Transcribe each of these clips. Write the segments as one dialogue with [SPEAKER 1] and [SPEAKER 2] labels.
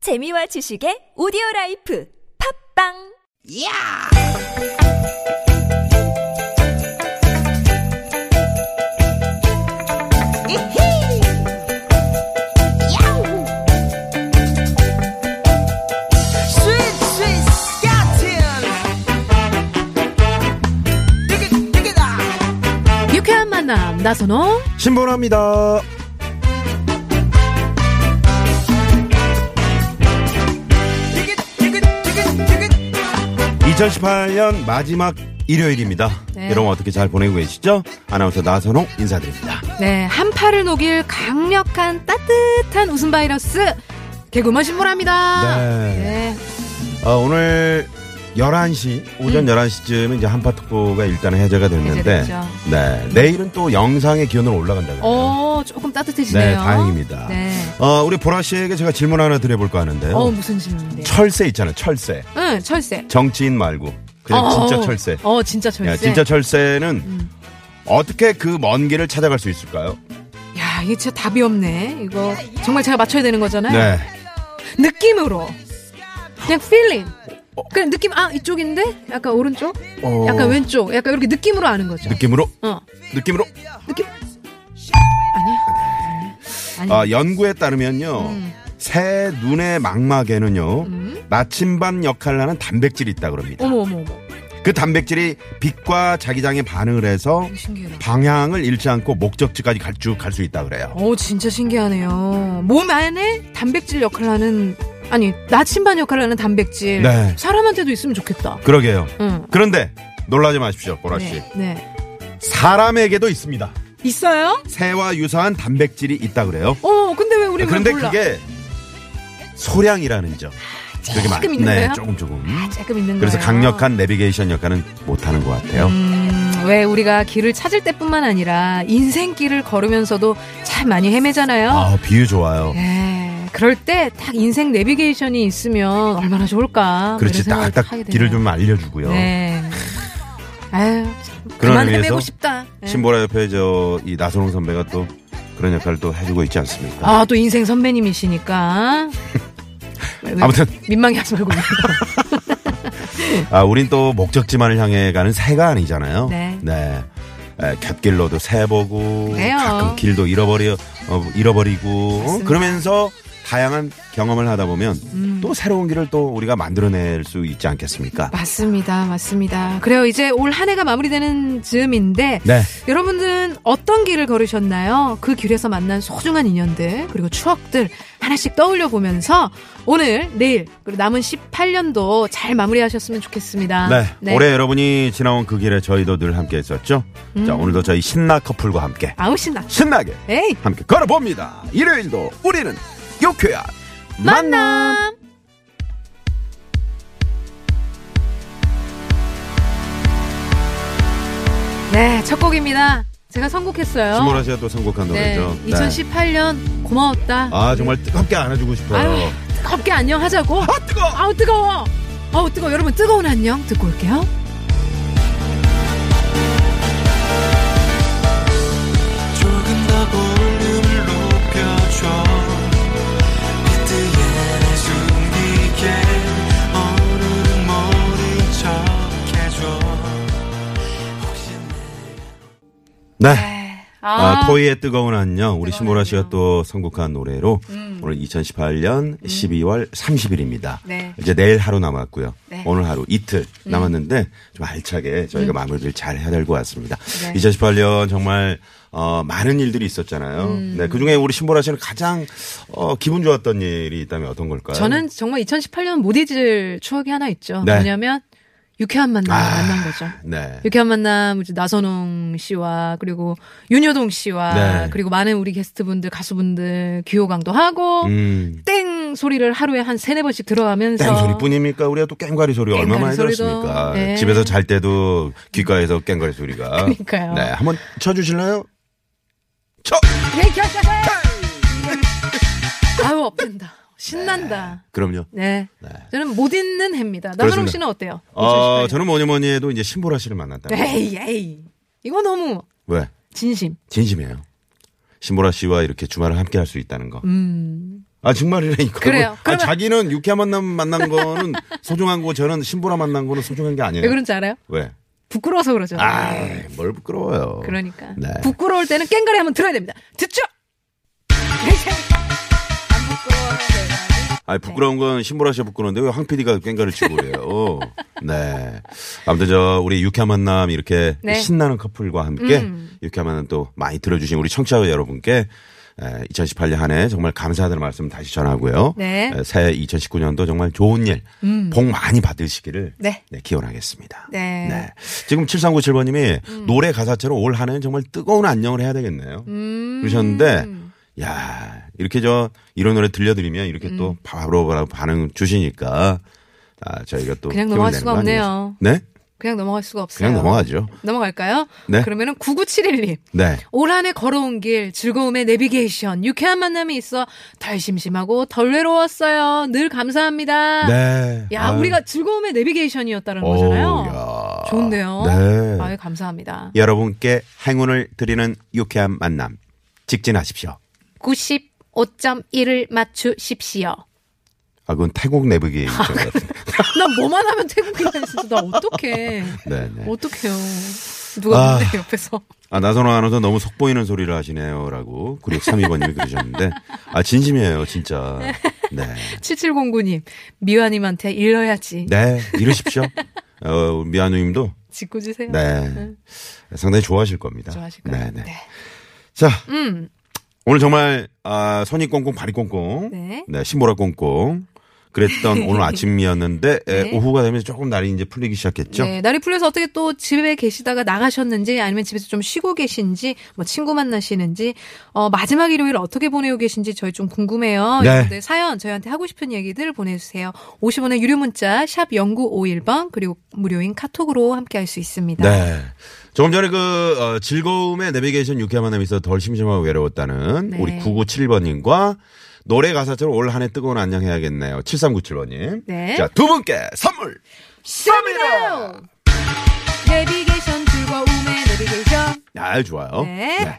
[SPEAKER 1] 재미와 지식의 오디오 라이프 팝빵
[SPEAKER 2] 야! 이히! 야우! 스윗 스윗 스카틴! 디귿 디귿아!
[SPEAKER 3] 유쾌한 만남 나선홍
[SPEAKER 4] 신보라입니다.
[SPEAKER 2] 디귿 디귿 디귿 디귿
[SPEAKER 4] 2018년 마지막 일요일입니다.
[SPEAKER 3] 네.
[SPEAKER 4] 여러분 어떻게 잘 보내고 계시죠? 아나운서 나선홍 인사드립니다.
[SPEAKER 3] 네 한파를 녹일 강력한 따뜻한 웃음 바이러스 개그맨 신보라입니다
[SPEAKER 4] 네. 어, 오늘 11시, 오전 11시쯤에 이제 한파특보가 일단은 해제가 됐는데,
[SPEAKER 3] 음. 해제됐죠.
[SPEAKER 4] 네. 내일은 또 영상의 기온으로 올라간다고요.
[SPEAKER 3] 어 조금 따뜻해지네요
[SPEAKER 4] 네, 다행입니다.
[SPEAKER 3] 네.
[SPEAKER 4] 어, 우리 보라 씨에게 제가 질문 하나 드려볼까 하는데요.
[SPEAKER 3] 어 무슨 질문인데요
[SPEAKER 4] 철새 있잖아요, 철새.
[SPEAKER 3] 응 철새
[SPEAKER 4] 정치인 말고. 그냥
[SPEAKER 3] 어,
[SPEAKER 4] 네, 진짜
[SPEAKER 3] 어.
[SPEAKER 4] 철새.
[SPEAKER 3] 어 진짜 철새 음.
[SPEAKER 4] 야, 진짜 철새는 어떻게 그 먼 길을 찾아갈 수 있을까요?
[SPEAKER 3] 야 이게 진짜 답이 없네 이거 정말 제가 맞춰야 되는 거잖아요
[SPEAKER 4] 네.
[SPEAKER 3] 느낌으로 그냥 필링 그냥 느낌 아 이쪽인데 약간 오른쪽
[SPEAKER 4] 어.
[SPEAKER 3] 약간 왼쪽 약간 이렇게 느낌으로 아는 거죠
[SPEAKER 4] 느낌으로
[SPEAKER 3] 어
[SPEAKER 4] 느낌으로
[SPEAKER 3] 느낌 아니야 아니
[SPEAKER 4] 아, 연구에 따르면요 새 눈의 망막에는요
[SPEAKER 3] 음?
[SPEAKER 4] 나침반 역할을 하는 단백질이 있다 그럽니다
[SPEAKER 3] 어머 어머 어머
[SPEAKER 4] 그 단백질이 빛과 자기장에 반응을 해서
[SPEAKER 3] 신기해라.
[SPEAKER 4] 방향을 잃지 않고 목적지까지 갈쭉 갈 수 있다 그래요
[SPEAKER 3] 오 어, 진짜 신기하네요. 몸 안에 단백질 역할을 하는 아니 나침반 역할을 하는 단백질
[SPEAKER 4] 네.
[SPEAKER 3] 사람한테도 있으면 좋겠다.
[SPEAKER 4] 그러게요
[SPEAKER 3] 응.
[SPEAKER 4] 그런데 놀라지 마십시오 보라씨
[SPEAKER 3] 음. 네. 네.
[SPEAKER 4] 사람에게도 있습니다
[SPEAKER 3] 있어요?
[SPEAKER 4] 새와 유사한 단백질이 있다 그래요 아,
[SPEAKER 3] 어 근데 왜 우리
[SPEAKER 4] 그런데
[SPEAKER 3] 몰라?
[SPEAKER 4] 그게 소량이라는 점 되게 많-
[SPEAKER 3] 조금 아, 있는
[SPEAKER 4] 네,
[SPEAKER 3] 거예요?
[SPEAKER 4] 조금 조금
[SPEAKER 3] 조금 있는
[SPEAKER 4] 그래서
[SPEAKER 3] 거예요.
[SPEAKER 4] 강력한 내비게이션 역할은 못하는 것 같아요.
[SPEAKER 3] 음, 왜 우리가 길을 찾을 때뿐만 아니라 인생길을 걸으면서도 참 많이 헤매잖아요.
[SPEAKER 4] 아 비유 좋아요.
[SPEAKER 3] 예. 그럴 때 딱 인생 내비게이션이 있으면 얼마나 좋을까. 뭐
[SPEAKER 4] 그렇지
[SPEAKER 3] 이런 생각을
[SPEAKER 4] 딱딱
[SPEAKER 3] 하게 되네요.
[SPEAKER 4] 길을 좀 알려주고요.
[SPEAKER 3] 네. 아유, 참,
[SPEAKER 4] 그런
[SPEAKER 3] 그만
[SPEAKER 4] 의미에서
[SPEAKER 3] 헤매고 싶다. 예.
[SPEAKER 4] 신보라 옆에 저 이 나선홍 선배가 또 그런 역할을 또 해주고 있지 않습니까?
[SPEAKER 3] 아, 또 인생 선배님이시니까. 왜, 왜,
[SPEAKER 4] 아무튼.
[SPEAKER 3] 민망해 하지 말고.
[SPEAKER 4] 아 우린 또 목적지만을 향해 가는 새가 아니잖아요.
[SPEAKER 3] 네.
[SPEAKER 4] 에, 곁길로도 새 보고
[SPEAKER 3] 그래요.
[SPEAKER 4] 가끔 길도 잃어버려 어, 잃어버리고 어? 그러면서 다양한 경험을 하다 보면
[SPEAKER 3] 음.
[SPEAKER 4] 또 새로운 길을 또 우리가 만들어낼 수 있지 않겠습니까?
[SPEAKER 3] 맞습니다. 맞습니다. 그래요. 이제 올 한 해가 마무리되는 즈음인데.
[SPEAKER 4] 네.
[SPEAKER 3] 여러분들은 어떤 길을 걸으셨나요? 그 길에서 만난 소중한 인연들, 그리고 추억들 하나씩 떠올려 보면서 오늘, 내일, 그리고 남은 18년도 잘 마무리하셨으면 좋겠습니다.
[SPEAKER 4] 네, 올해 여러분이 지나온 그 길에 저희도 늘 함께 있었죠.
[SPEAKER 3] 음.
[SPEAKER 4] 자, 오늘도 저희 신나 커플과 함께
[SPEAKER 3] 아우, 신나.
[SPEAKER 4] 신나게
[SPEAKER 3] 에이,
[SPEAKER 4] 함께 걸어봅니다. 일요일도 우리는 요쾌한 만남.
[SPEAKER 3] 만남! 네, 첫 곡입니다. 제가 선곡했어요.
[SPEAKER 4] 신보라 씨가 또 선곡한
[SPEAKER 3] 네,
[SPEAKER 4] 노래죠.
[SPEAKER 3] 2018년 고마웠다.
[SPEAKER 4] 아 정말 뜨겁게 안아주고 싶어요.
[SPEAKER 3] 아유, 뜨겁게 안녕하자고.
[SPEAKER 4] 아 뜨거.
[SPEAKER 3] 아우 뜨거워. 아우 뜨거워. 여러분 뜨거운 안녕 듣고 올게요.
[SPEAKER 5] 조금 더 볼륨을 높여줘 비트에 숨기게 오늘은 모른 척 해줘 혹시
[SPEAKER 4] 네. 아,
[SPEAKER 3] 아,
[SPEAKER 4] 토이의 뜨거운 안녕. 우리 신보라 씨가 또 선곡한 노래로 오늘 2018년 12월 30일입니다.
[SPEAKER 3] 음. 네.
[SPEAKER 4] 이제 내일 하루 남았고요.
[SPEAKER 3] 네. 음.
[SPEAKER 4] 오늘 하루 이틀 남았는데 좀 알차게 저희가 마무리를 잘 해야 될 것 같습니다.
[SPEAKER 3] 네.
[SPEAKER 4] 2018년 정말 어, 많은 일들이 있었잖아요.
[SPEAKER 3] 음.
[SPEAKER 4] 네, 그 중에 우리 신보라 씨는 가장 어, 기분 좋았던 일이 있다면 어떤 걸까요?
[SPEAKER 3] 저는 정말 2018년 못 잊을 추억이 하나 있죠.
[SPEAKER 4] 아. 네.
[SPEAKER 3] 뭐냐면 유쾌한 만남 을 만난 거죠.
[SPEAKER 4] 아, 네.
[SPEAKER 3] 유쾌한 만남 이제 나선홍 씨와 그리고 윤여동 씨와
[SPEAKER 4] 네.
[SPEAKER 3] 그리고 많은 우리 게스트분들 가수분들 귀호강도 하고
[SPEAKER 4] 음.
[SPEAKER 3] 땡 소리를 하루에 한 세네 번씩 들어가면서
[SPEAKER 4] 땡 소리뿐입니까? 우리가 또 깽가리 소리 얼마 많이
[SPEAKER 3] 그렇죠. 깽가리 소리도,
[SPEAKER 4] 들었습니까?
[SPEAKER 3] 네.
[SPEAKER 4] 집에서 잘 때도 귓가에서 깽가리 소리가.
[SPEAKER 3] 그러니까요.
[SPEAKER 4] 네, 한번 쳐주실래요? 쳐!
[SPEAKER 3] 네, 결정해! 아유 업된다 신난다.
[SPEAKER 4] 그럼요.
[SPEAKER 3] 네.
[SPEAKER 4] 네.
[SPEAKER 3] 저는 못 잊는 해입니다. 나선홍
[SPEAKER 4] 그렇습니다.
[SPEAKER 3] 씨는 어때요?
[SPEAKER 4] 어,
[SPEAKER 3] 2018년.
[SPEAKER 4] 저는 뭐니 뭐니 해도 이제 신보라 씨를 만났다.
[SPEAKER 3] 에이 에이 이거 너무
[SPEAKER 4] 왜?
[SPEAKER 3] 진심.
[SPEAKER 4] 진심이에요. 신보라 씨와 이렇게 주말을 함께 할 수 있다는 거.
[SPEAKER 3] 음.
[SPEAKER 4] 아 정말이라니까.
[SPEAKER 3] 그래요.
[SPEAKER 4] 아,
[SPEAKER 3] 그러면-
[SPEAKER 4] 자기는 유쾌한 만남 만난 거는 소중한 거고 저는 신보라 만난 거는 소중한 게 아니에요.
[SPEAKER 3] 왜 그런지 알아요?
[SPEAKER 4] 왜?
[SPEAKER 3] 부끄러워서 그러죠.
[SPEAKER 4] 네.
[SPEAKER 3] 네.
[SPEAKER 4] 아뭘 부끄러워요.
[SPEAKER 3] 그러니까.
[SPEAKER 4] 네.
[SPEAKER 3] 부끄러울 때는 깽가리 한번 들어야 됩니다. 듣죠? 그렇죠.
[SPEAKER 4] 아니 부끄러운 건 신보라 씨가 부끄러운데 왜 황 PD가 깽가를 치고 그래요. 네. 아무튼 저 우리 유쾌한 만남 이렇게
[SPEAKER 3] 네. 음.
[SPEAKER 4] 신나는 커플과 함께 유쾌한 만남 또 많이 들어주신 우리 청취자 여러분께 2018년 한 해 정말 감사하다는 말씀 다시 전하고요.
[SPEAKER 3] 네. 음.
[SPEAKER 4] 에, 새해 2019년도 정말 좋은 일, 복 많이 받으시기를
[SPEAKER 3] 네.
[SPEAKER 4] 네, 기원하겠습니다.
[SPEAKER 3] 네. 음.
[SPEAKER 4] 지금 7397번님이 노래 가사처럼 올 한 해는 정말 뜨거운 안녕을 해야 되겠네요.
[SPEAKER 3] 음.
[SPEAKER 4] 그러셨는데, 야 이렇게 저, 이런 노래 들려드리면 이렇게
[SPEAKER 3] 음.
[SPEAKER 4] 또 바로 바로 반응 주시니까, 아, 저희가 또.
[SPEAKER 3] 그냥
[SPEAKER 4] 힘을
[SPEAKER 3] 넘어갈
[SPEAKER 4] 내는
[SPEAKER 3] 수가
[SPEAKER 4] 거 아니겠어요?
[SPEAKER 3] 없네요.
[SPEAKER 4] 네?
[SPEAKER 3] 그냥 넘어갈 수가 없어요.
[SPEAKER 4] 그냥 넘어가죠.
[SPEAKER 3] 넘어갈까요?
[SPEAKER 4] 네.
[SPEAKER 3] 그러면은 9971님.
[SPEAKER 4] 네.
[SPEAKER 3] 올 한해 걸어온 길, 즐거움의 내비게이션, 유쾌한 만남이 있어 덜 심심하고 덜 외로웠어요. 늘 감사합니다.
[SPEAKER 4] 네.
[SPEAKER 3] 야,
[SPEAKER 4] 아유.
[SPEAKER 3] 우리가 즐거움의 내비게이션이었다는
[SPEAKER 4] 어우,
[SPEAKER 3] 거잖아요.
[SPEAKER 4] 야.
[SPEAKER 3] 좋은데요.
[SPEAKER 4] 네.
[SPEAKER 3] 아유, 감사합니다.
[SPEAKER 4] 여러분께 행운을 드리는 유쾌한 만남. 직진하십시오.
[SPEAKER 3] 95.1을 맞추십시오.
[SPEAKER 4] 아, 그건 태국 내부기인 것 같은데.
[SPEAKER 3] 나 뭐만 하면 태국이야, 진짜. 나 어떡해.
[SPEAKER 4] 네, 네.
[SPEAKER 3] 어떡해요. 누가
[SPEAKER 4] 아.
[SPEAKER 3] 근데 옆에서.
[SPEAKER 4] 아, 나선호 아나운서 너무 속 보이는 소리를 하시네요라고 9632번님이 그러셨는데 아 진심이에요 진짜 네,
[SPEAKER 3] 7709님, 미화님한테 일러야지.
[SPEAKER 4] 네 이러십시오 어, 미아누님도
[SPEAKER 3] 짓고 주세요.
[SPEAKER 4] 네 상당히 좋아하실 겁니다
[SPEAKER 3] 좋아하실 거예요.
[SPEAKER 4] 네, 네.
[SPEAKER 3] 네.
[SPEAKER 4] 자
[SPEAKER 3] 음.
[SPEAKER 4] 오늘 정말 아, 손이 꽁꽁 발이 꽁꽁
[SPEAKER 3] 네.
[SPEAKER 4] 신보라 꽁꽁 그랬던 오늘 아침이었는데 예,
[SPEAKER 3] 네.
[SPEAKER 4] 오후가 되면서 조금 날이 이제 풀리기 시작했죠
[SPEAKER 3] 네, 날이 풀려서 어떻게 또 집에 계시다가 나가셨는지 아니면 집에서 좀 쉬고 계신지 뭐 친구 만나시는지 어 마지막 일요일 어떻게 보내고 계신지 저희 좀 궁금해요.
[SPEAKER 4] 네.
[SPEAKER 3] 여러분들 사연 저희한테 하고 싶은 얘기들 보내주세요. 50원의 유료 문자 샵 #0951번 그리고 무료인 카톡으로 함께할 수 있습니다.
[SPEAKER 4] 네. 조금 전에 그 어, 즐거움의 내비게이션 유쾌한 만남에서 덜 심심하고 외로웠다는
[SPEAKER 3] 네.
[SPEAKER 4] 우리 9971번님과 노래 가사처럼 올 한 해 뜨거운 안녕 해야겠네요. 7397번님.
[SPEAKER 3] 네.
[SPEAKER 4] 자, 두 분께 선물!
[SPEAKER 3] 쏩니다. 내비게이션 즐거움의 내비게이션.
[SPEAKER 4] 아, 좋아요.
[SPEAKER 3] 네.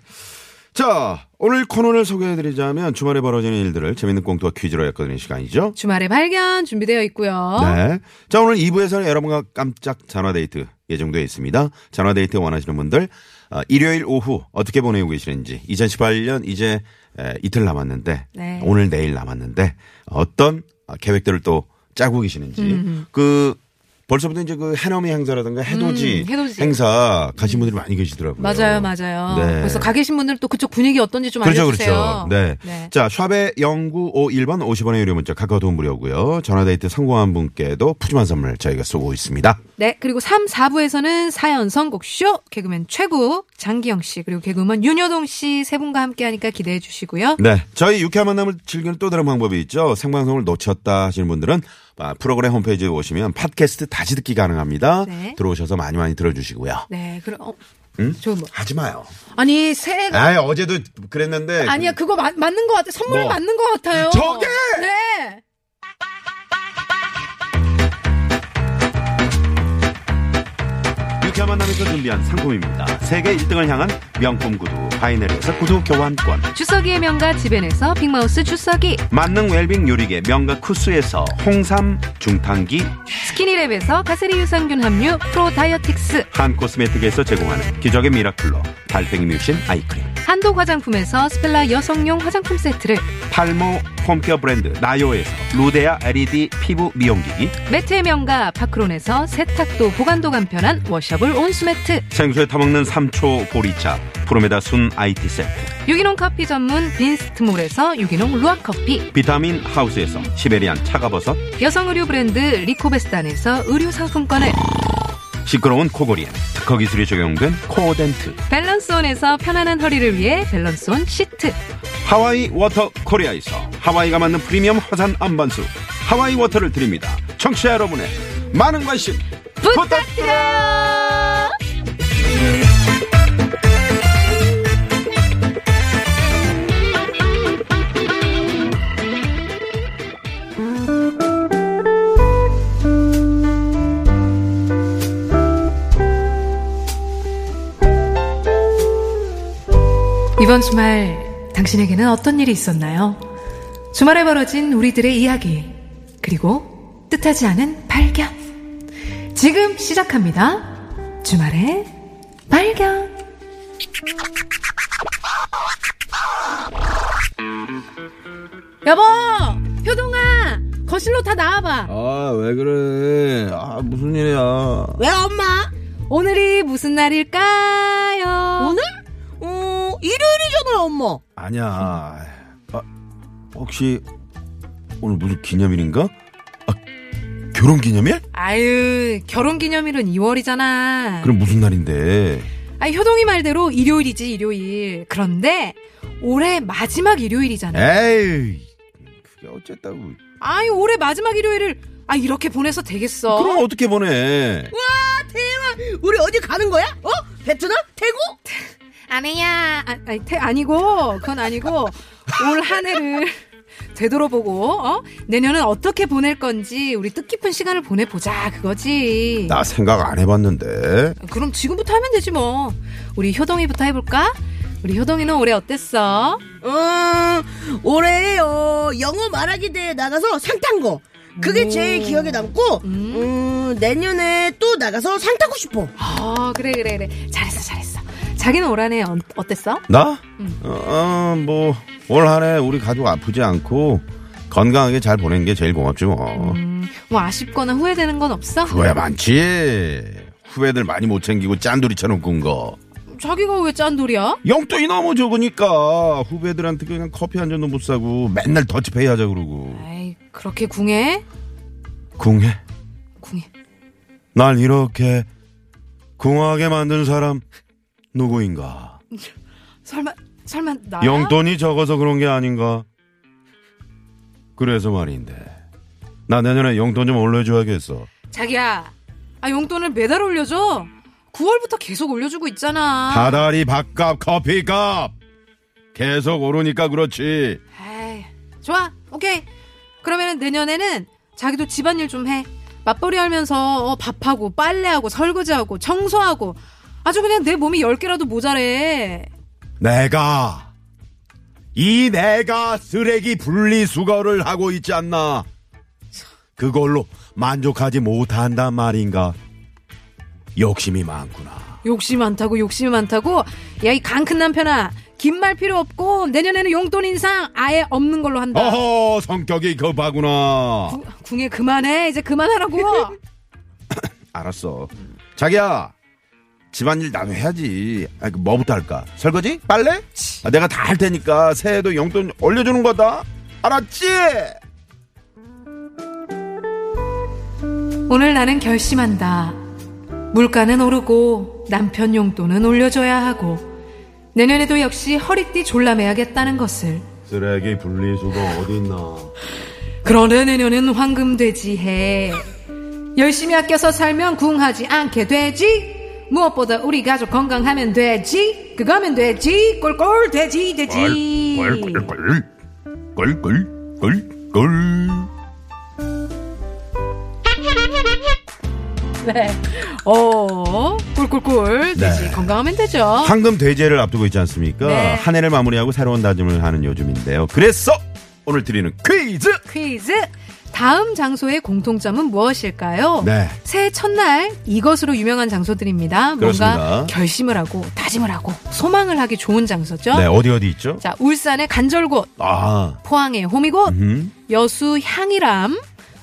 [SPEAKER 4] 자, 오늘 코너를 소개해드리자면 주말에 벌어지는 일들을 재밌는 꽁트와 퀴즈로 엮어드리는 시간이죠.
[SPEAKER 3] 주말에 발견 준비되어 있고요.
[SPEAKER 4] 네. 자, 오늘 2부에서는 여러분과 깜짝 전화데이트 예정되어 있습니다. 전화데이트 원하시는 분들, 어, 일요일 오후 어떻게 보내고 계시는지, 2018년 이제 에, 이틀 남았는데,
[SPEAKER 3] 네.
[SPEAKER 4] 오늘 내일 남았는데, 어떤 어, 계획들을 또 짜고 계시는지, 그, 벌써부터 이제 그 해넘이 행사라든가 해돋이,
[SPEAKER 3] 음, 해돋이.
[SPEAKER 4] 행사 가신 분들이 많이 계시더라고요.
[SPEAKER 3] 맞아요, 맞아요.
[SPEAKER 4] 네.
[SPEAKER 3] 그래서 가 계신 분들 또 그쪽 분위기 어떤지 좀
[SPEAKER 4] 그렇죠,
[SPEAKER 3] 알려주세요.
[SPEAKER 4] 그렇죠. 네. 자, 샵의 0951번 50원의 유료 문자 카카오톡 무료고요. 전화데이트 성공한 분께도 푸짐한 선물 저희가 쏘고 있습니다.
[SPEAKER 3] 네, 그리고 3, 4부에서는 사연 선곡쇼, 개그맨 최구, 장기영 씨, 그리고 개그우먼 윤여동 씨 세 분과 함께 하니까 기대해 주시고요.
[SPEAKER 4] 네. 저희 유쾌한 만남을 즐기는 또 다른 방법이 있죠. 생방송을 놓쳤다 하시는 분들은 아, 프로그램 홈페이지에 오시면 팟캐스트 다시 듣기 가능합니다.
[SPEAKER 3] 네.
[SPEAKER 4] 들어오셔서 많이 많이 들어주시고요.
[SPEAKER 3] 네, 그럼, 어,
[SPEAKER 4] 응?
[SPEAKER 3] 저 뭐.
[SPEAKER 4] 하지 마요.
[SPEAKER 3] 아니, 새해가.
[SPEAKER 4] 아 어제도 그랬는데.
[SPEAKER 3] 아니야, 그거 맞, 맞는 것 같아. 선물
[SPEAKER 4] 뭐?
[SPEAKER 3] 맞는 것 같아요.
[SPEAKER 4] 저게!
[SPEAKER 3] 네!
[SPEAKER 4] 유쾌한 만남에서 준비한 상품입니다. 세계 1등을 향한 명품 구두 바이네리에서 구두 교환권.
[SPEAKER 3] 주석이의 명가 집엔에서 빅마우스 주석이,
[SPEAKER 4] 만능 웰빙 요리계 명가 쿠스에서 홍삼 중탕기
[SPEAKER 3] 스키니랩에서 가세리 유산균 함유 프로 다이어틱스,
[SPEAKER 4] 한 코스메틱에서 제공하는 기적의 미라클로 달팽이 뮤신 아이크림
[SPEAKER 3] 한독 화장품에서 스펠라 여성용 화장품 세트를,
[SPEAKER 4] 탈모 홈케어 브랜드 나요에서 루데아 LED 피부 미용기기
[SPEAKER 3] 매트의 명가 파크론에서 세탁도 보관도 간편한 워셔블 온수매트,
[SPEAKER 4] 생수에 타먹는 삼초 보리차 프로메다 순 IT 세트
[SPEAKER 3] 유기농 커피 전문 빈스트몰에서 유기농 루아 커피,
[SPEAKER 4] 비타민 하우스에서 시베리안 차가버섯
[SPEAKER 3] 여성 의류 브랜드 리코베스탄에서 의류 상품권을,
[SPEAKER 4] 시끄러운 코골이엔 특허 기술이 적용된 코어덴트
[SPEAKER 3] 밸런스온에서 편안한 허리를 위해 밸런스온 시트,
[SPEAKER 4] 하와이 워터 코리아에서 하와이가 만든 프리미엄 화산 안반수 하와이 워터를 드립니다 청취자 여러분의 많은 관심
[SPEAKER 3] 부탁드려요! 이번 주말 당신에게는 어떤 일이 있었나요? 주말에 벌어진 우리들의 이야기 그리고 뜻하지 않은 발견 지금 시작합니다 주말에 발견 여보 효동아 거실로 다 나와봐
[SPEAKER 4] 아, 왜 그래? 아, 무슨 일이야?
[SPEAKER 6] 왜 엄마?
[SPEAKER 3] 오늘이 무슨 날일까요
[SPEAKER 6] 오늘? 어, 일요일이잖아 엄마.
[SPEAKER 4] 아니야. 아, 혹시 오늘 무슨 기념일인가? 아, 결혼 기념일?
[SPEAKER 3] 아유 결혼기념일은 2월이잖아
[SPEAKER 4] 그럼 무슨 날인데?
[SPEAKER 3] 아 효동이 말대로 일요일이지 일요일 그런데 올해 마지막 일요일이잖아
[SPEAKER 4] 에이, 그게 어쨌다고?
[SPEAKER 3] 아이 올해 마지막 일요일을 아 이렇게 보내서 되겠어
[SPEAKER 4] 그럼 어떻게 보내?
[SPEAKER 6] 우리 어디 가는 거야? 어? 베트남? 태국?
[SPEAKER 3] 아니야 아, 아니, 태, 아니고 그건 아니고 올 한 해를 되돌아보고 어? 내년은 어떻게 보낼 건지 우리 뜻깊은 시간을 보내보자 그거지
[SPEAKER 4] 나 생각 안 해봤는데.
[SPEAKER 3] 그럼 지금부터 하면 되지 뭐 우리 효동이부터 해볼까? 우리 효동이는 올해 어땠어?
[SPEAKER 6] 음, 올해 어, 영어 말하기 대회 나가서 상 탄 거. 그게 제일 기억에 남고 음, 내년에 또 나가서 상 타고 싶어.
[SPEAKER 3] 아 그래 그래 그래 잘했어 잘했어 자기는 올 한해 어, 어땠어?
[SPEAKER 4] 나? 어, 어, 뭐, 올 한 해 우리 가족 아프지 않고 건강하게 잘 보낸 게 제일 고맙지 뭐.
[SPEAKER 3] 뭐 아쉽거나 후회되는 건 없어?
[SPEAKER 4] 그거야 많지. 후배들 많이 못 챙기고 짠돌이처럼 군 거.
[SPEAKER 3] 자기가 왜 짠돌이야?
[SPEAKER 4] 영돈이 너무 적으니까 후배들한테 그냥 커피 한 잔도 못 사고 맨날 더치페이 하자 그러고.
[SPEAKER 3] 아이 그렇게 궁해?
[SPEAKER 4] 궁해.
[SPEAKER 3] 궁해
[SPEAKER 4] 날 이렇게 궁하게 만든 사람 누구인가?
[SPEAKER 3] 설마 설마 나?
[SPEAKER 4] 영돈이 적어서 그런 게 아닌가? 그래서 말인데. 나 내년에 용돈 좀 올려줘야겠어.
[SPEAKER 3] 자기야 아 용돈을 매달 올려줘 9월부터 계속 올려주고 있잖아
[SPEAKER 4] 다다리 밥값 커피값 계속 오르니까 그렇지
[SPEAKER 3] 에이, 좋아 오케이 그러면 내년에는 자기도 집안일 좀 해 맞벌이 하면서 어, 밥하고 빨래하고 설거지하고 청소하고 아주 그냥 내 몸이 10개라도 모자래
[SPEAKER 4] 내가 이 내가 쓰레기 분리수거를 하고 있지 않나 그걸로 만족하지 못한단 말인가 욕심이 많구나
[SPEAKER 3] 욕심 많다고 욕심이 많다고 야 이 강 큰 남편아 긴 말 필요 없고 내년에는 용돈 인상 아예 없는 걸로 한다
[SPEAKER 4] 어허 성격이 급하구나
[SPEAKER 3] 구- 궁예 그만해 이제 그만하라고
[SPEAKER 4] 알았어 자기야 집안일 나도 해야지 아, 그 뭐부터 할까 설거지 빨래 아, 내가 다 할 테니까 새해에도 용돈 올려주는 거다 알았지
[SPEAKER 3] 오늘 나는 결심한다. 물가는 오르고 남편 용돈은 올려줘야 하고 내년에도 역시 허리띠 졸라매야겠다는 것을
[SPEAKER 4] 쓰레기 분리수거 어딨나
[SPEAKER 3] 그러네 내년은 황금돼지 해 열심히 아껴서 살면 궁하지 않게 되지 무엇보다 우리 가족 건강하면 되지 그거면 되지 꼴꼴 되지 되지
[SPEAKER 4] 꿀꿀꿀꿀꿀꿀
[SPEAKER 3] 어 꼴꼴꼴 되지
[SPEAKER 4] 네.
[SPEAKER 3] 건강하면 되죠
[SPEAKER 4] 황금 돼지를 앞두고 있지 않습니까
[SPEAKER 3] 네.
[SPEAKER 4] 한 해를 마무리하고 새로운 다짐을 하는 요즘인데요 그래서 오늘 드리는 퀴즈
[SPEAKER 3] 퀴즈 다음 장소의 공통점은 무엇일까요?
[SPEAKER 4] 네
[SPEAKER 3] 새해 첫날 이것으로 유명한 장소들입니다.
[SPEAKER 4] 그렇습니다.
[SPEAKER 3] 뭔가 결심을 하고 다짐을 하고 소망을 하기 좋은 장소죠.
[SPEAKER 4] 네, 어디 어디 있죠
[SPEAKER 3] 자, 울산의 간절곶,
[SPEAKER 4] 아
[SPEAKER 3] 포항의 호미곶,
[SPEAKER 4] 음.
[SPEAKER 3] 여수 향이람,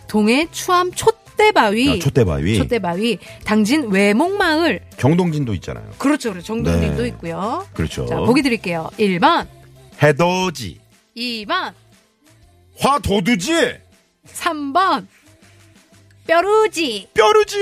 [SPEAKER 3] 동해 추암 촛대바위,
[SPEAKER 4] 아, 촛대바위
[SPEAKER 3] 촛대바위, 당진 외목마을.
[SPEAKER 4] 경동진도 있잖아요
[SPEAKER 3] 그렇죠. 그렇죠. 정동님도
[SPEAKER 4] 네.
[SPEAKER 3] 있고요.
[SPEAKER 4] 그렇죠
[SPEAKER 3] 자, 보기 드릴게요. 1번,
[SPEAKER 4] 해돋이
[SPEAKER 3] 2번,
[SPEAKER 4] 화도두지
[SPEAKER 3] 3번. 뼈루지.
[SPEAKER 4] 뾰루지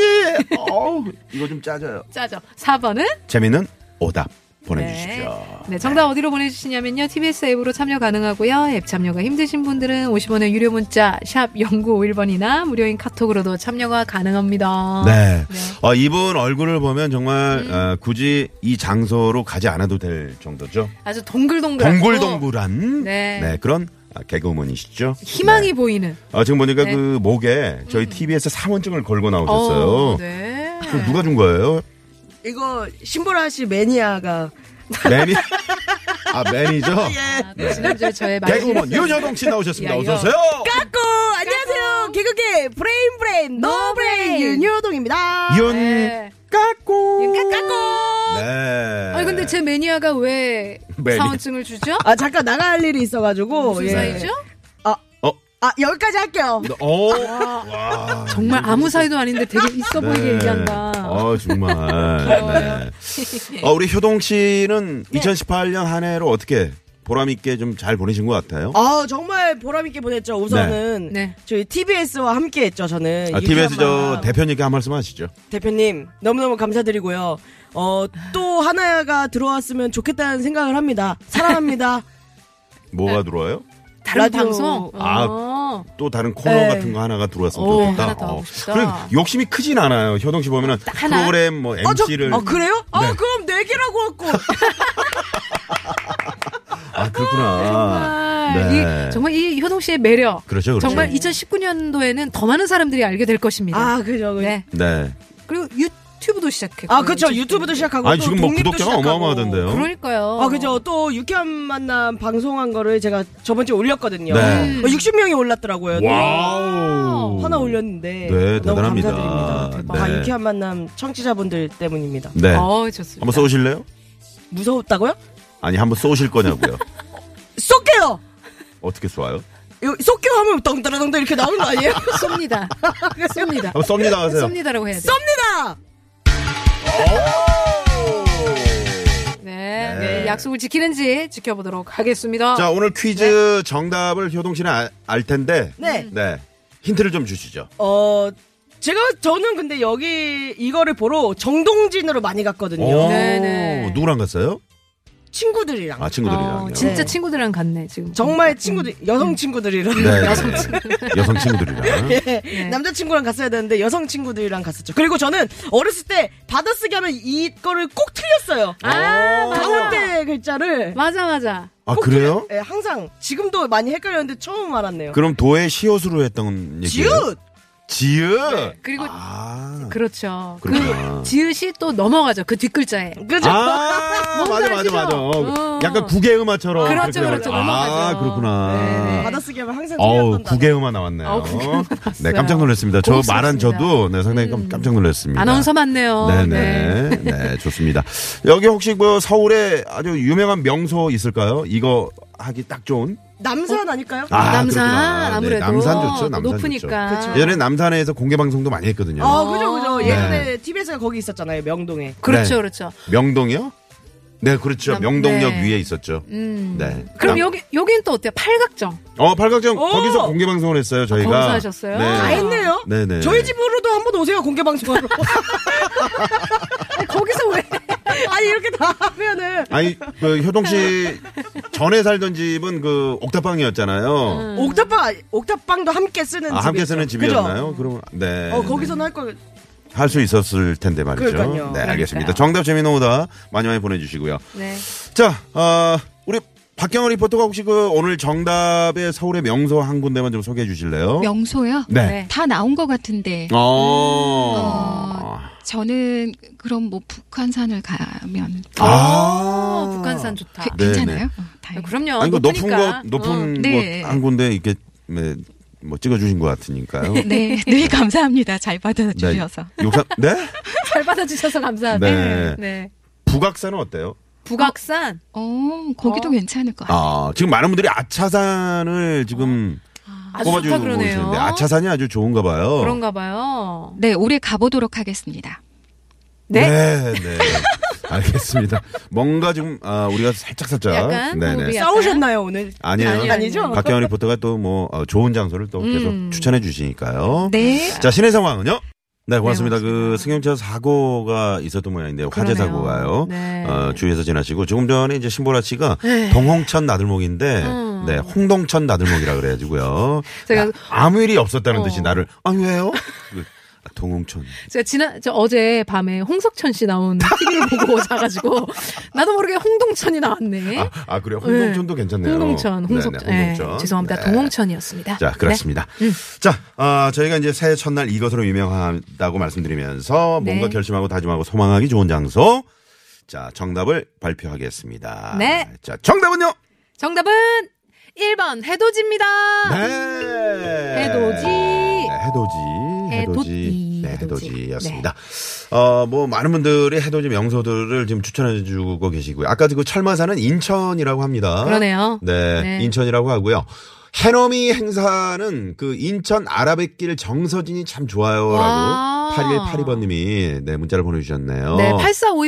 [SPEAKER 4] 어우 이거 좀 짜져요
[SPEAKER 3] 짜죠. 4번은
[SPEAKER 4] 재미는 오답 보내주십시오
[SPEAKER 3] 네, 정답 어디로 보내주시냐면요. TBS 앱으로 참여 가능하고요. 앱 참여가 힘드신 분들은 50원의 유료 문자 샵 0951번이나 무료인 카톡으로도 참여가 가능합니다.
[SPEAKER 4] 네.
[SPEAKER 3] 네.
[SPEAKER 4] 어, 이분 얼굴을 보면 정말 어, 굳이 이 장소로 가지 않아도 될 정도죠.
[SPEAKER 3] 아주 동글동글.
[SPEAKER 4] 동글동글한
[SPEAKER 3] 네.
[SPEAKER 4] 그런 아, 개그우먼이시죠.
[SPEAKER 3] 희망이
[SPEAKER 4] 네.
[SPEAKER 3] 보이는.
[SPEAKER 4] 어, 지금 보니까
[SPEAKER 3] 네.
[SPEAKER 4] 그 목에 저희 TBS 사원증을 걸고 나오셨어요.
[SPEAKER 3] 어, 네.
[SPEAKER 4] 그거 누가 준 거예요?
[SPEAKER 6] 이거 신보라 씨 매니아가
[SPEAKER 4] 매니 아, 매니저?
[SPEAKER 6] 예,
[SPEAKER 3] 지난주에 저의 말.
[SPEAKER 4] 개그우먼 네. 윤여동 씨 나오셨습니다.
[SPEAKER 3] 예. 야,
[SPEAKER 4] 어서오세요!
[SPEAKER 6] 까꾸 안녕하세요 개그계 브레인 브레인 노 브레인 윤효동입니다.
[SPEAKER 4] 윤, 까꿍!
[SPEAKER 6] 까꾸
[SPEAKER 4] 네.
[SPEAKER 3] 네. 아니 근데 제 매니아가 왜
[SPEAKER 4] 매니아.
[SPEAKER 3] 사원증을 주죠?
[SPEAKER 6] 아 잠깐 나갈 일이 있어가지고
[SPEAKER 3] 무슨
[SPEAKER 6] 예.
[SPEAKER 3] 사이죠?
[SPEAKER 4] 어,
[SPEAKER 6] 아 여기까지 할게요.
[SPEAKER 4] 어, 와.
[SPEAKER 3] 정말 아무 사이도 아닌데 되게 있어 보이게
[SPEAKER 4] 네.
[SPEAKER 3] 얘기한다.
[SPEAKER 4] 어, 정말. 네. 어, 우리 효동 씨는
[SPEAKER 3] 네.
[SPEAKER 4] 2018년 한 해로 어떻게 보람있게 좀 잘 보내신 것 같아요?
[SPEAKER 6] 아 정말 보람 있게 보냈죠. 우선은
[SPEAKER 3] 네. 네.
[SPEAKER 6] 저희 TBS와 함께했죠. 저는
[SPEAKER 4] 아, TBS 저
[SPEAKER 6] 유쾌한 만남.
[SPEAKER 4] 대표님께 한 말씀 하시죠.
[SPEAKER 6] 대표님 너무너무 감사드리고요. 어 또 하나가 들어왔으면 좋겠다는 생각을 합니다. 사랑합니다.
[SPEAKER 3] 네.
[SPEAKER 4] 뭐가 들어와요?
[SPEAKER 3] 다른
[SPEAKER 6] 라디오.
[SPEAKER 3] 방송.
[SPEAKER 4] 아.
[SPEAKER 3] 어.
[SPEAKER 4] 또 다른 코너
[SPEAKER 6] 네.
[SPEAKER 4] 같은 거 하나가 들어왔으면
[SPEAKER 3] 오,
[SPEAKER 4] 좋겠다.
[SPEAKER 3] 하나 더 하고 싶다.
[SPEAKER 4] 그래, 욕심이 크진 않아요. 효동 씨 보면은
[SPEAKER 3] 하나?
[SPEAKER 4] 프로그램 뭐
[SPEAKER 6] 어, 저-
[SPEAKER 4] MC를.
[SPEAKER 6] 어, 그래요? 아
[SPEAKER 4] 네.
[SPEAKER 6] 그럼 네 개라고 갖고
[SPEAKER 4] 아, 그렇구나.
[SPEAKER 3] 정말 아, 이, 정말 이 효동 씨의 매력.
[SPEAKER 4] 그렇죠, 그렇죠.
[SPEAKER 3] 정말 2019년도에는 더 많은 사람들이 알게 될 것입니다.
[SPEAKER 6] 아 그죠 그죠.
[SPEAKER 3] 네.
[SPEAKER 4] 네.
[SPEAKER 3] 그리고 유튜브도 시작했고.
[SPEAKER 6] 아 그쵸 유튜브도 시작하고
[SPEAKER 4] 아니,
[SPEAKER 6] 또
[SPEAKER 4] 지금 뭐
[SPEAKER 6] 독립도
[SPEAKER 4] 구독자가
[SPEAKER 6] 시작하고.
[SPEAKER 4] 어마어마하던데요.
[SPEAKER 3] 그러니까요.
[SPEAKER 6] 아 그죠 또 유쾌한 만남 방송한 거를 제가 저번 주에 올렸거든요.
[SPEAKER 4] 네.
[SPEAKER 6] 어, 60명이 올랐더라고요. 또
[SPEAKER 4] 와우.
[SPEAKER 6] 하나 올렸는데
[SPEAKER 4] 네,
[SPEAKER 6] 너무
[SPEAKER 4] 대단합니다.
[SPEAKER 6] 감사드립니다.
[SPEAKER 4] 네.
[SPEAKER 6] 다 유쾌한 만남 청취자분들 때문입니다.
[SPEAKER 4] 네.
[SPEAKER 3] 어, 좋습니다.
[SPEAKER 4] 한번 쏘실래요?
[SPEAKER 6] 무서웠다고요?
[SPEAKER 4] 아니, 한번 쏘실 거냐고요.
[SPEAKER 6] 쏠게요.
[SPEAKER 4] 어떻게 쏘아요?
[SPEAKER 6] 요- 쏠게요 하면 덩따라덩따 이렇게 나오는 거 아니에요?
[SPEAKER 3] 쏩니다. 쏩니다.
[SPEAKER 4] 한번 쏩니다 하세요.
[SPEAKER 3] 네, 쏩니다라고 해야 돼.
[SPEAKER 6] 쏩니다.
[SPEAKER 3] 네. 네. 약속을 지키는지 지켜보도록 하겠습니다. 어,
[SPEAKER 4] 자, 오늘 퀴즈
[SPEAKER 3] 네.
[SPEAKER 4] 정답을 효동 씨는 아- 알 텐데.
[SPEAKER 6] 네.
[SPEAKER 4] 네. 힌트를 좀 주시죠.
[SPEAKER 6] 어 제가 저는 근데 여기 이거를 보러 정동진으로 많이 갔거든요.
[SPEAKER 4] 오,
[SPEAKER 3] 네네.
[SPEAKER 4] 누구랑 갔어요?
[SPEAKER 6] 친구들이랑
[SPEAKER 4] 아, 친구들이랑.
[SPEAKER 3] 어,
[SPEAKER 4] 요
[SPEAKER 6] 네.
[SPEAKER 3] 진짜 친구들이랑 갔네 지금.
[SPEAKER 6] 정말 친구들 여성 친구들이랑 예.
[SPEAKER 4] 네. 여성, 여성 친구들이랑.
[SPEAKER 3] 예. 네.
[SPEAKER 6] 남자 친구랑 갔어야 되는데 여성 친구들이랑 갔었죠. 그리고 저는 어렸을 때 받아쓰기 하면 이거를 꼭 틀렸어요.
[SPEAKER 3] 아 맞아.
[SPEAKER 6] 가운데 글자를
[SPEAKER 3] 맞아 맞아.
[SPEAKER 4] 아, 그래요?
[SPEAKER 6] 예, 항상 지금도 많이 헷갈렸는데 처음 알았네요.
[SPEAKER 4] 그럼 도의 시옷으로 했던 얘기예요?
[SPEAKER 6] 지읒
[SPEAKER 4] 지읒.
[SPEAKER 3] 그리고
[SPEAKER 4] 아.
[SPEAKER 3] 그렇죠. 그
[SPEAKER 4] 그렇구나.
[SPEAKER 3] 지읒이 또 넘어가죠 그 뒷글자에.
[SPEAKER 6] 그죠?
[SPEAKER 4] 아,
[SPEAKER 3] 뭔지
[SPEAKER 4] 맞아, 맞아,
[SPEAKER 3] 아시죠?
[SPEAKER 4] 맞아. 어,
[SPEAKER 3] 어.
[SPEAKER 4] 약간 국외음화처럼.
[SPEAKER 3] 그렇죠,
[SPEAKER 4] 그렇게
[SPEAKER 3] 그렇죠.
[SPEAKER 4] 해가지고. 아,
[SPEAKER 3] 넘어가죠.
[SPEAKER 4] 그렇구나.
[SPEAKER 3] 네.
[SPEAKER 6] 받아쓰기 하면 항상
[SPEAKER 4] 어우,
[SPEAKER 6] 틀렸던
[SPEAKER 4] 국외음화 나왔네요.
[SPEAKER 3] 어, 국외음화
[SPEAKER 4] 네,
[SPEAKER 3] 나왔어요.
[SPEAKER 4] 깜짝 놀랐습니다. 저
[SPEAKER 3] 고맙습니다. 음.
[SPEAKER 4] 말한 저도 네, 상당히 깜짝 놀랐습니다.
[SPEAKER 3] 아나운서 어, 맞네요.
[SPEAKER 4] 네네. 네. 좋습니다. 여기 혹시 뭐 서울에 아주 유명한 명소 있을까요? 이거 하기 딱 좋은?
[SPEAKER 6] 남산 아닐까요?
[SPEAKER 4] 아,
[SPEAKER 3] 남산
[SPEAKER 4] 그렇구나. 네,
[SPEAKER 3] 아무래도
[SPEAKER 4] 남산 좋죠. 그렇죠. 남산
[SPEAKER 3] 높으니까.
[SPEAKER 4] 좋죠. 예전에 남산에서 공개 방송도 많이 했거든요.
[SPEAKER 6] 아, 그죠, 그죠.
[SPEAKER 3] 네.
[SPEAKER 6] 예전에 TBS가 거기 있었잖아요, 명동에.
[SPEAKER 3] 그렇죠
[SPEAKER 4] 네.
[SPEAKER 3] 그렇죠.
[SPEAKER 4] 명동이요? 네, 그렇죠.
[SPEAKER 3] 남-
[SPEAKER 4] 명동역
[SPEAKER 3] 네.
[SPEAKER 4] 위에 있었죠.
[SPEAKER 3] 음.
[SPEAKER 4] 네.
[SPEAKER 3] 그럼
[SPEAKER 4] 남-
[SPEAKER 3] 여기 여기는 또 어때요? 팔각정.
[SPEAKER 4] 어, 팔각정
[SPEAKER 6] 오!
[SPEAKER 4] 거기서 공개 방송을 했어요, 저희가.
[SPEAKER 3] 거기서 하셨어요?
[SPEAKER 6] 다
[SPEAKER 3] 아,
[SPEAKER 4] 네.
[SPEAKER 6] 했네요?
[SPEAKER 4] 네네.
[SPEAKER 6] 저희 집으로도 한번 오세요, 공개방송으로.
[SPEAKER 3] 아니, 거기서 왜?
[SPEAKER 6] 아니, 이렇게 다 하면은.
[SPEAKER 4] 아니, 그 효동 씨 전에 살던 집은 그
[SPEAKER 6] 음.
[SPEAKER 4] 옥탑방이었잖아요.
[SPEAKER 6] 옥탑방, 옥탑방도 함께 쓰는
[SPEAKER 4] 음. 아,
[SPEAKER 6] 집.
[SPEAKER 4] 함께 쓰는 집이었나요? 그럼 네.
[SPEAKER 6] 어, 거기서는 할 걸.
[SPEAKER 4] 할 수 있었을 텐데 말이죠.
[SPEAKER 6] 그러니까요.
[SPEAKER 4] 네, 알겠습니다.
[SPEAKER 3] 그러니까요.
[SPEAKER 4] 정답 재미는 오다 많이 많이 보내주시고요.
[SPEAKER 3] 네.
[SPEAKER 4] 자, 어, 우리 박경원 리포터가 혹시 그 오늘 정답의 서울의 명소 한 군데만 좀 소개해 주실래요?
[SPEAKER 7] 명소요?
[SPEAKER 4] 네.
[SPEAKER 3] 네.
[SPEAKER 7] 다 나온 것 같은데
[SPEAKER 4] 어.
[SPEAKER 7] 저는 그럼 뭐 북한산을 가면
[SPEAKER 4] 아.
[SPEAKER 3] 아, 북한산 좋다.
[SPEAKER 7] 괜-
[SPEAKER 4] 네,
[SPEAKER 7] 괜찮아요? 어,
[SPEAKER 3] 아,
[SPEAKER 7] 다행이다.
[SPEAKER 3] 그럼요.
[SPEAKER 4] 아니, 그 높은
[SPEAKER 3] 높으니까.
[SPEAKER 4] 거, 높은
[SPEAKER 7] 어. 네.
[SPEAKER 4] 곳한 군데 이렇게 네, 뭐 찍어주신 것 같으니까요.
[SPEAKER 7] 네, 네 감사합니다. 잘 받아주셔서.
[SPEAKER 4] 네, 욕산, 네?
[SPEAKER 3] 어. 잘 받아주셔서 감사합니다.
[SPEAKER 4] 네.
[SPEAKER 3] 네.
[SPEAKER 4] 북악산은 어때요?
[SPEAKER 3] 북악산.
[SPEAKER 7] 어, 거기도 괜찮을 것 같아요.
[SPEAKER 4] 아, 지금 많은 분들이 아차산을 지금
[SPEAKER 3] 아주
[SPEAKER 4] 꼽아주고
[SPEAKER 3] 좋다
[SPEAKER 4] 계시는데
[SPEAKER 3] 그러네요.
[SPEAKER 4] 아차산이 아주 좋은가 봐요.
[SPEAKER 3] 그런가 봐요.
[SPEAKER 7] 네, 올해 가보도록 하겠습니다.
[SPEAKER 3] 네.
[SPEAKER 4] 네, 네. 알겠습니다. 뭔가 지금 아, 우리가 살짝살짝
[SPEAKER 3] 약간 뭐
[SPEAKER 4] 네네
[SPEAKER 3] 호흡이 약간-
[SPEAKER 6] 싸우셨나요, 오늘?
[SPEAKER 4] 아니에요.
[SPEAKER 3] 아니에요, 아니죠?
[SPEAKER 4] 박경원 리포터가 또 뭐 좋은 장소를 또
[SPEAKER 3] 음.
[SPEAKER 4] 계속 추천해 주시니까요.
[SPEAKER 7] 네.
[SPEAKER 4] 자 신의 상황은요. 네 고맙습니다.
[SPEAKER 3] 네,
[SPEAKER 4] 그 승용차 사고가 있었던 모양인데 화재
[SPEAKER 3] 그러네요.
[SPEAKER 4] 사고가요.
[SPEAKER 3] 네.
[SPEAKER 4] 어, 주위에서 지나시고 조금 전에 이제 신보라 씨가 동홍천 나들목인데
[SPEAKER 3] 음.
[SPEAKER 4] 네 홍동천 나들목이라 그래가지고요.
[SPEAKER 3] 제가-
[SPEAKER 4] 야, 아무 일이 없었다는
[SPEAKER 3] 어.
[SPEAKER 4] 듯이 나를 아 왜요? 그, 아, 동홍천.
[SPEAKER 3] 제가 지난 저 어제 밤에 홍석천 씨 나온 TV를 보고 자가지고 나도 모르게 홍동천이 나왔네.
[SPEAKER 4] 아, 아, 그래요. 홍동천도
[SPEAKER 3] 네.
[SPEAKER 4] 괜찮네요.
[SPEAKER 3] 홍동천, 홍석,
[SPEAKER 4] 네네,
[SPEAKER 3] 네,
[SPEAKER 4] 홍동천.
[SPEAKER 3] 죄송합니다.
[SPEAKER 4] 네.
[SPEAKER 3] 동홍천이었습니다. 네. 음.
[SPEAKER 4] 자, 그렇습니다. 자, 아, 저희가 이제 새해 첫날 이것으로 유명하다고 말씀드리면서 뭔가
[SPEAKER 3] 네.
[SPEAKER 4] 결심하고 다짐하고 소망하기 좋은 장소. 자, 정답을 발표하겠습니다.
[SPEAKER 3] 네.
[SPEAKER 4] 자, 정답은요?
[SPEAKER 3] 정답은 1번 해돋이입니다.
[SPEAKER 4] 네.
[SPEAKER 3] 해돋이.
[SPEAKER 4] 네, 해돋이.
[SPEAKER 3] 해돋이.
[SPEAKER 4] 해돋이. 네,
[SPEAKER 3] 해돋이. 네.
[SPEAKER 4] 해돋이였습니다. 어, 뭐, 많은 분들이 해돋이 명소들을 지금 추천해 주고 계시고요. 아까 그 철마사는 인천이라고 합니다.
[SPEAKER 3] 그러네요.
[SPEAKER 4] 네,
[SPEAKER 3] 네.
[SPEAKER 4] 인천이라고 하고요. 해넘이 행사는 그 인천 아라뱃길 정서진이 참
[SPEAKER 3] 와.
[SPEAKER 4] 좋아요라고 8182번님이 네, 문자를 보내주셨네요.
[SPEAKER 3] 네,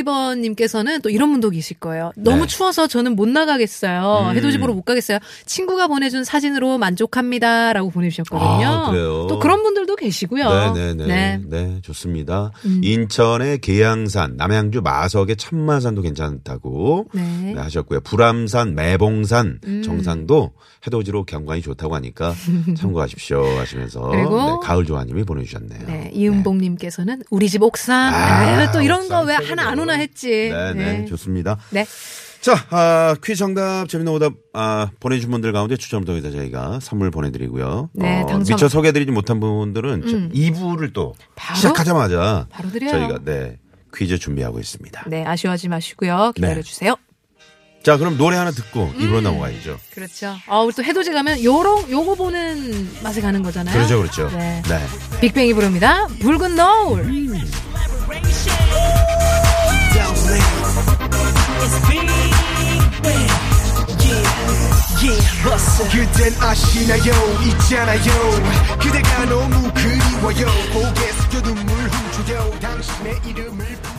[SPEAKER 3] 8452번님께서는 또 이런 분도 계실 거예요. 너무
[SPEAKER 4] 어. 네.
[SPEAKER 3] 추워서 저는 못 나가겠어요.
[SPEAKER 4] 음.
[SPEAKER 3] 해돋이 보러 못 가겠어요. 친구가 보내준 사진으로 만족합니다. 라고 보내주셨거든요.
[SPEAKER 4] 아, 그래요?
[SPEAKER 3] 또 그런 분들도 계시고요.
[SPEAKER 4] 네네네.
[SPEAKER 3] 네. 음.
[SPEAKER 4] 네. 좋습니다. 인천의 계양산, 남양주 마석의 참마산도 괜찮다고
[SPEAKER 3] 네. 음.
[SPEAKER 4] 네, 하셨고요. 불암산, 매봉산, 정산도 해돋이로 경관이 좋다고 하니까 참고하십시오 하시면서
[SPEAKER 3] 그리고
[SPEAKER 4] 네, 가을 조아님이 보내주셨네요.
[SPEAKER 3] 네, 이은봉님께서는 우리 집 옥상.
[SPEAKER 4] 아,
[SPEAKER 3] 아유, 또 이런 거 왜
[SPEAKER 4] 옥상
[SPEAKER 3] 하나 안
[SPEAKER 4] 최고죠.
[SPEAKER 3] 오나 했지.
[SPEAKER 4] 네네
[SPEAKER 3] 네.
[SPEAKER 4] 좋습니다.
[SPEAKER 3] 네.
[SPEAKER 4] 자, 아, 퀴즈 정답, 재밌는 오답, 아, 보내주신 분들 가운데 추첨을 통해서 저희가 선물 보내드리고요. 어,
[SPEAKER 3] 네, 당첨. 음.
[SPEAKER 4] 미처 소개해드리지 못한 분들은 저 2부를 또
[SPEAKER 3] 바로?
[SPEAKER 4] 시작하자마자
[SPEAKER 3] 바로 드려요.
[SPEAKER 4] 저희가 네, 퀴즈 준비하고 있습니다.
[SPEAKER 3] 네, 아쉬워하지 마시고요.
[SPEAKER 4] 네.
[SPEAKER 3] 기다려주세요.
[SPEAKER 4] 자, 그럼 노래 하나 듣고 2부로
[SPEAKER 3] 음.
[SPEAKER 4] 넘어가야죠.
[SPEAKER 3] 그렇죠. 아, 우리 또 해돋이 가면 요런, 요거 보는 맛에 가는 거잖아요.
[SPEAKER 4] 그렇죠, 그렇죠.
[SPEAKER 3] 네.
[SPEAKER 4] 네.
[SPEAKER 3] 빅뱅이 부릅니다. 붉은 노을.
[SPEAKER 5] 그댄 아시나요 있잖아요 그대가 너무 그리워요 고개 숙여 눈물 훔쳐요 당신의 이름을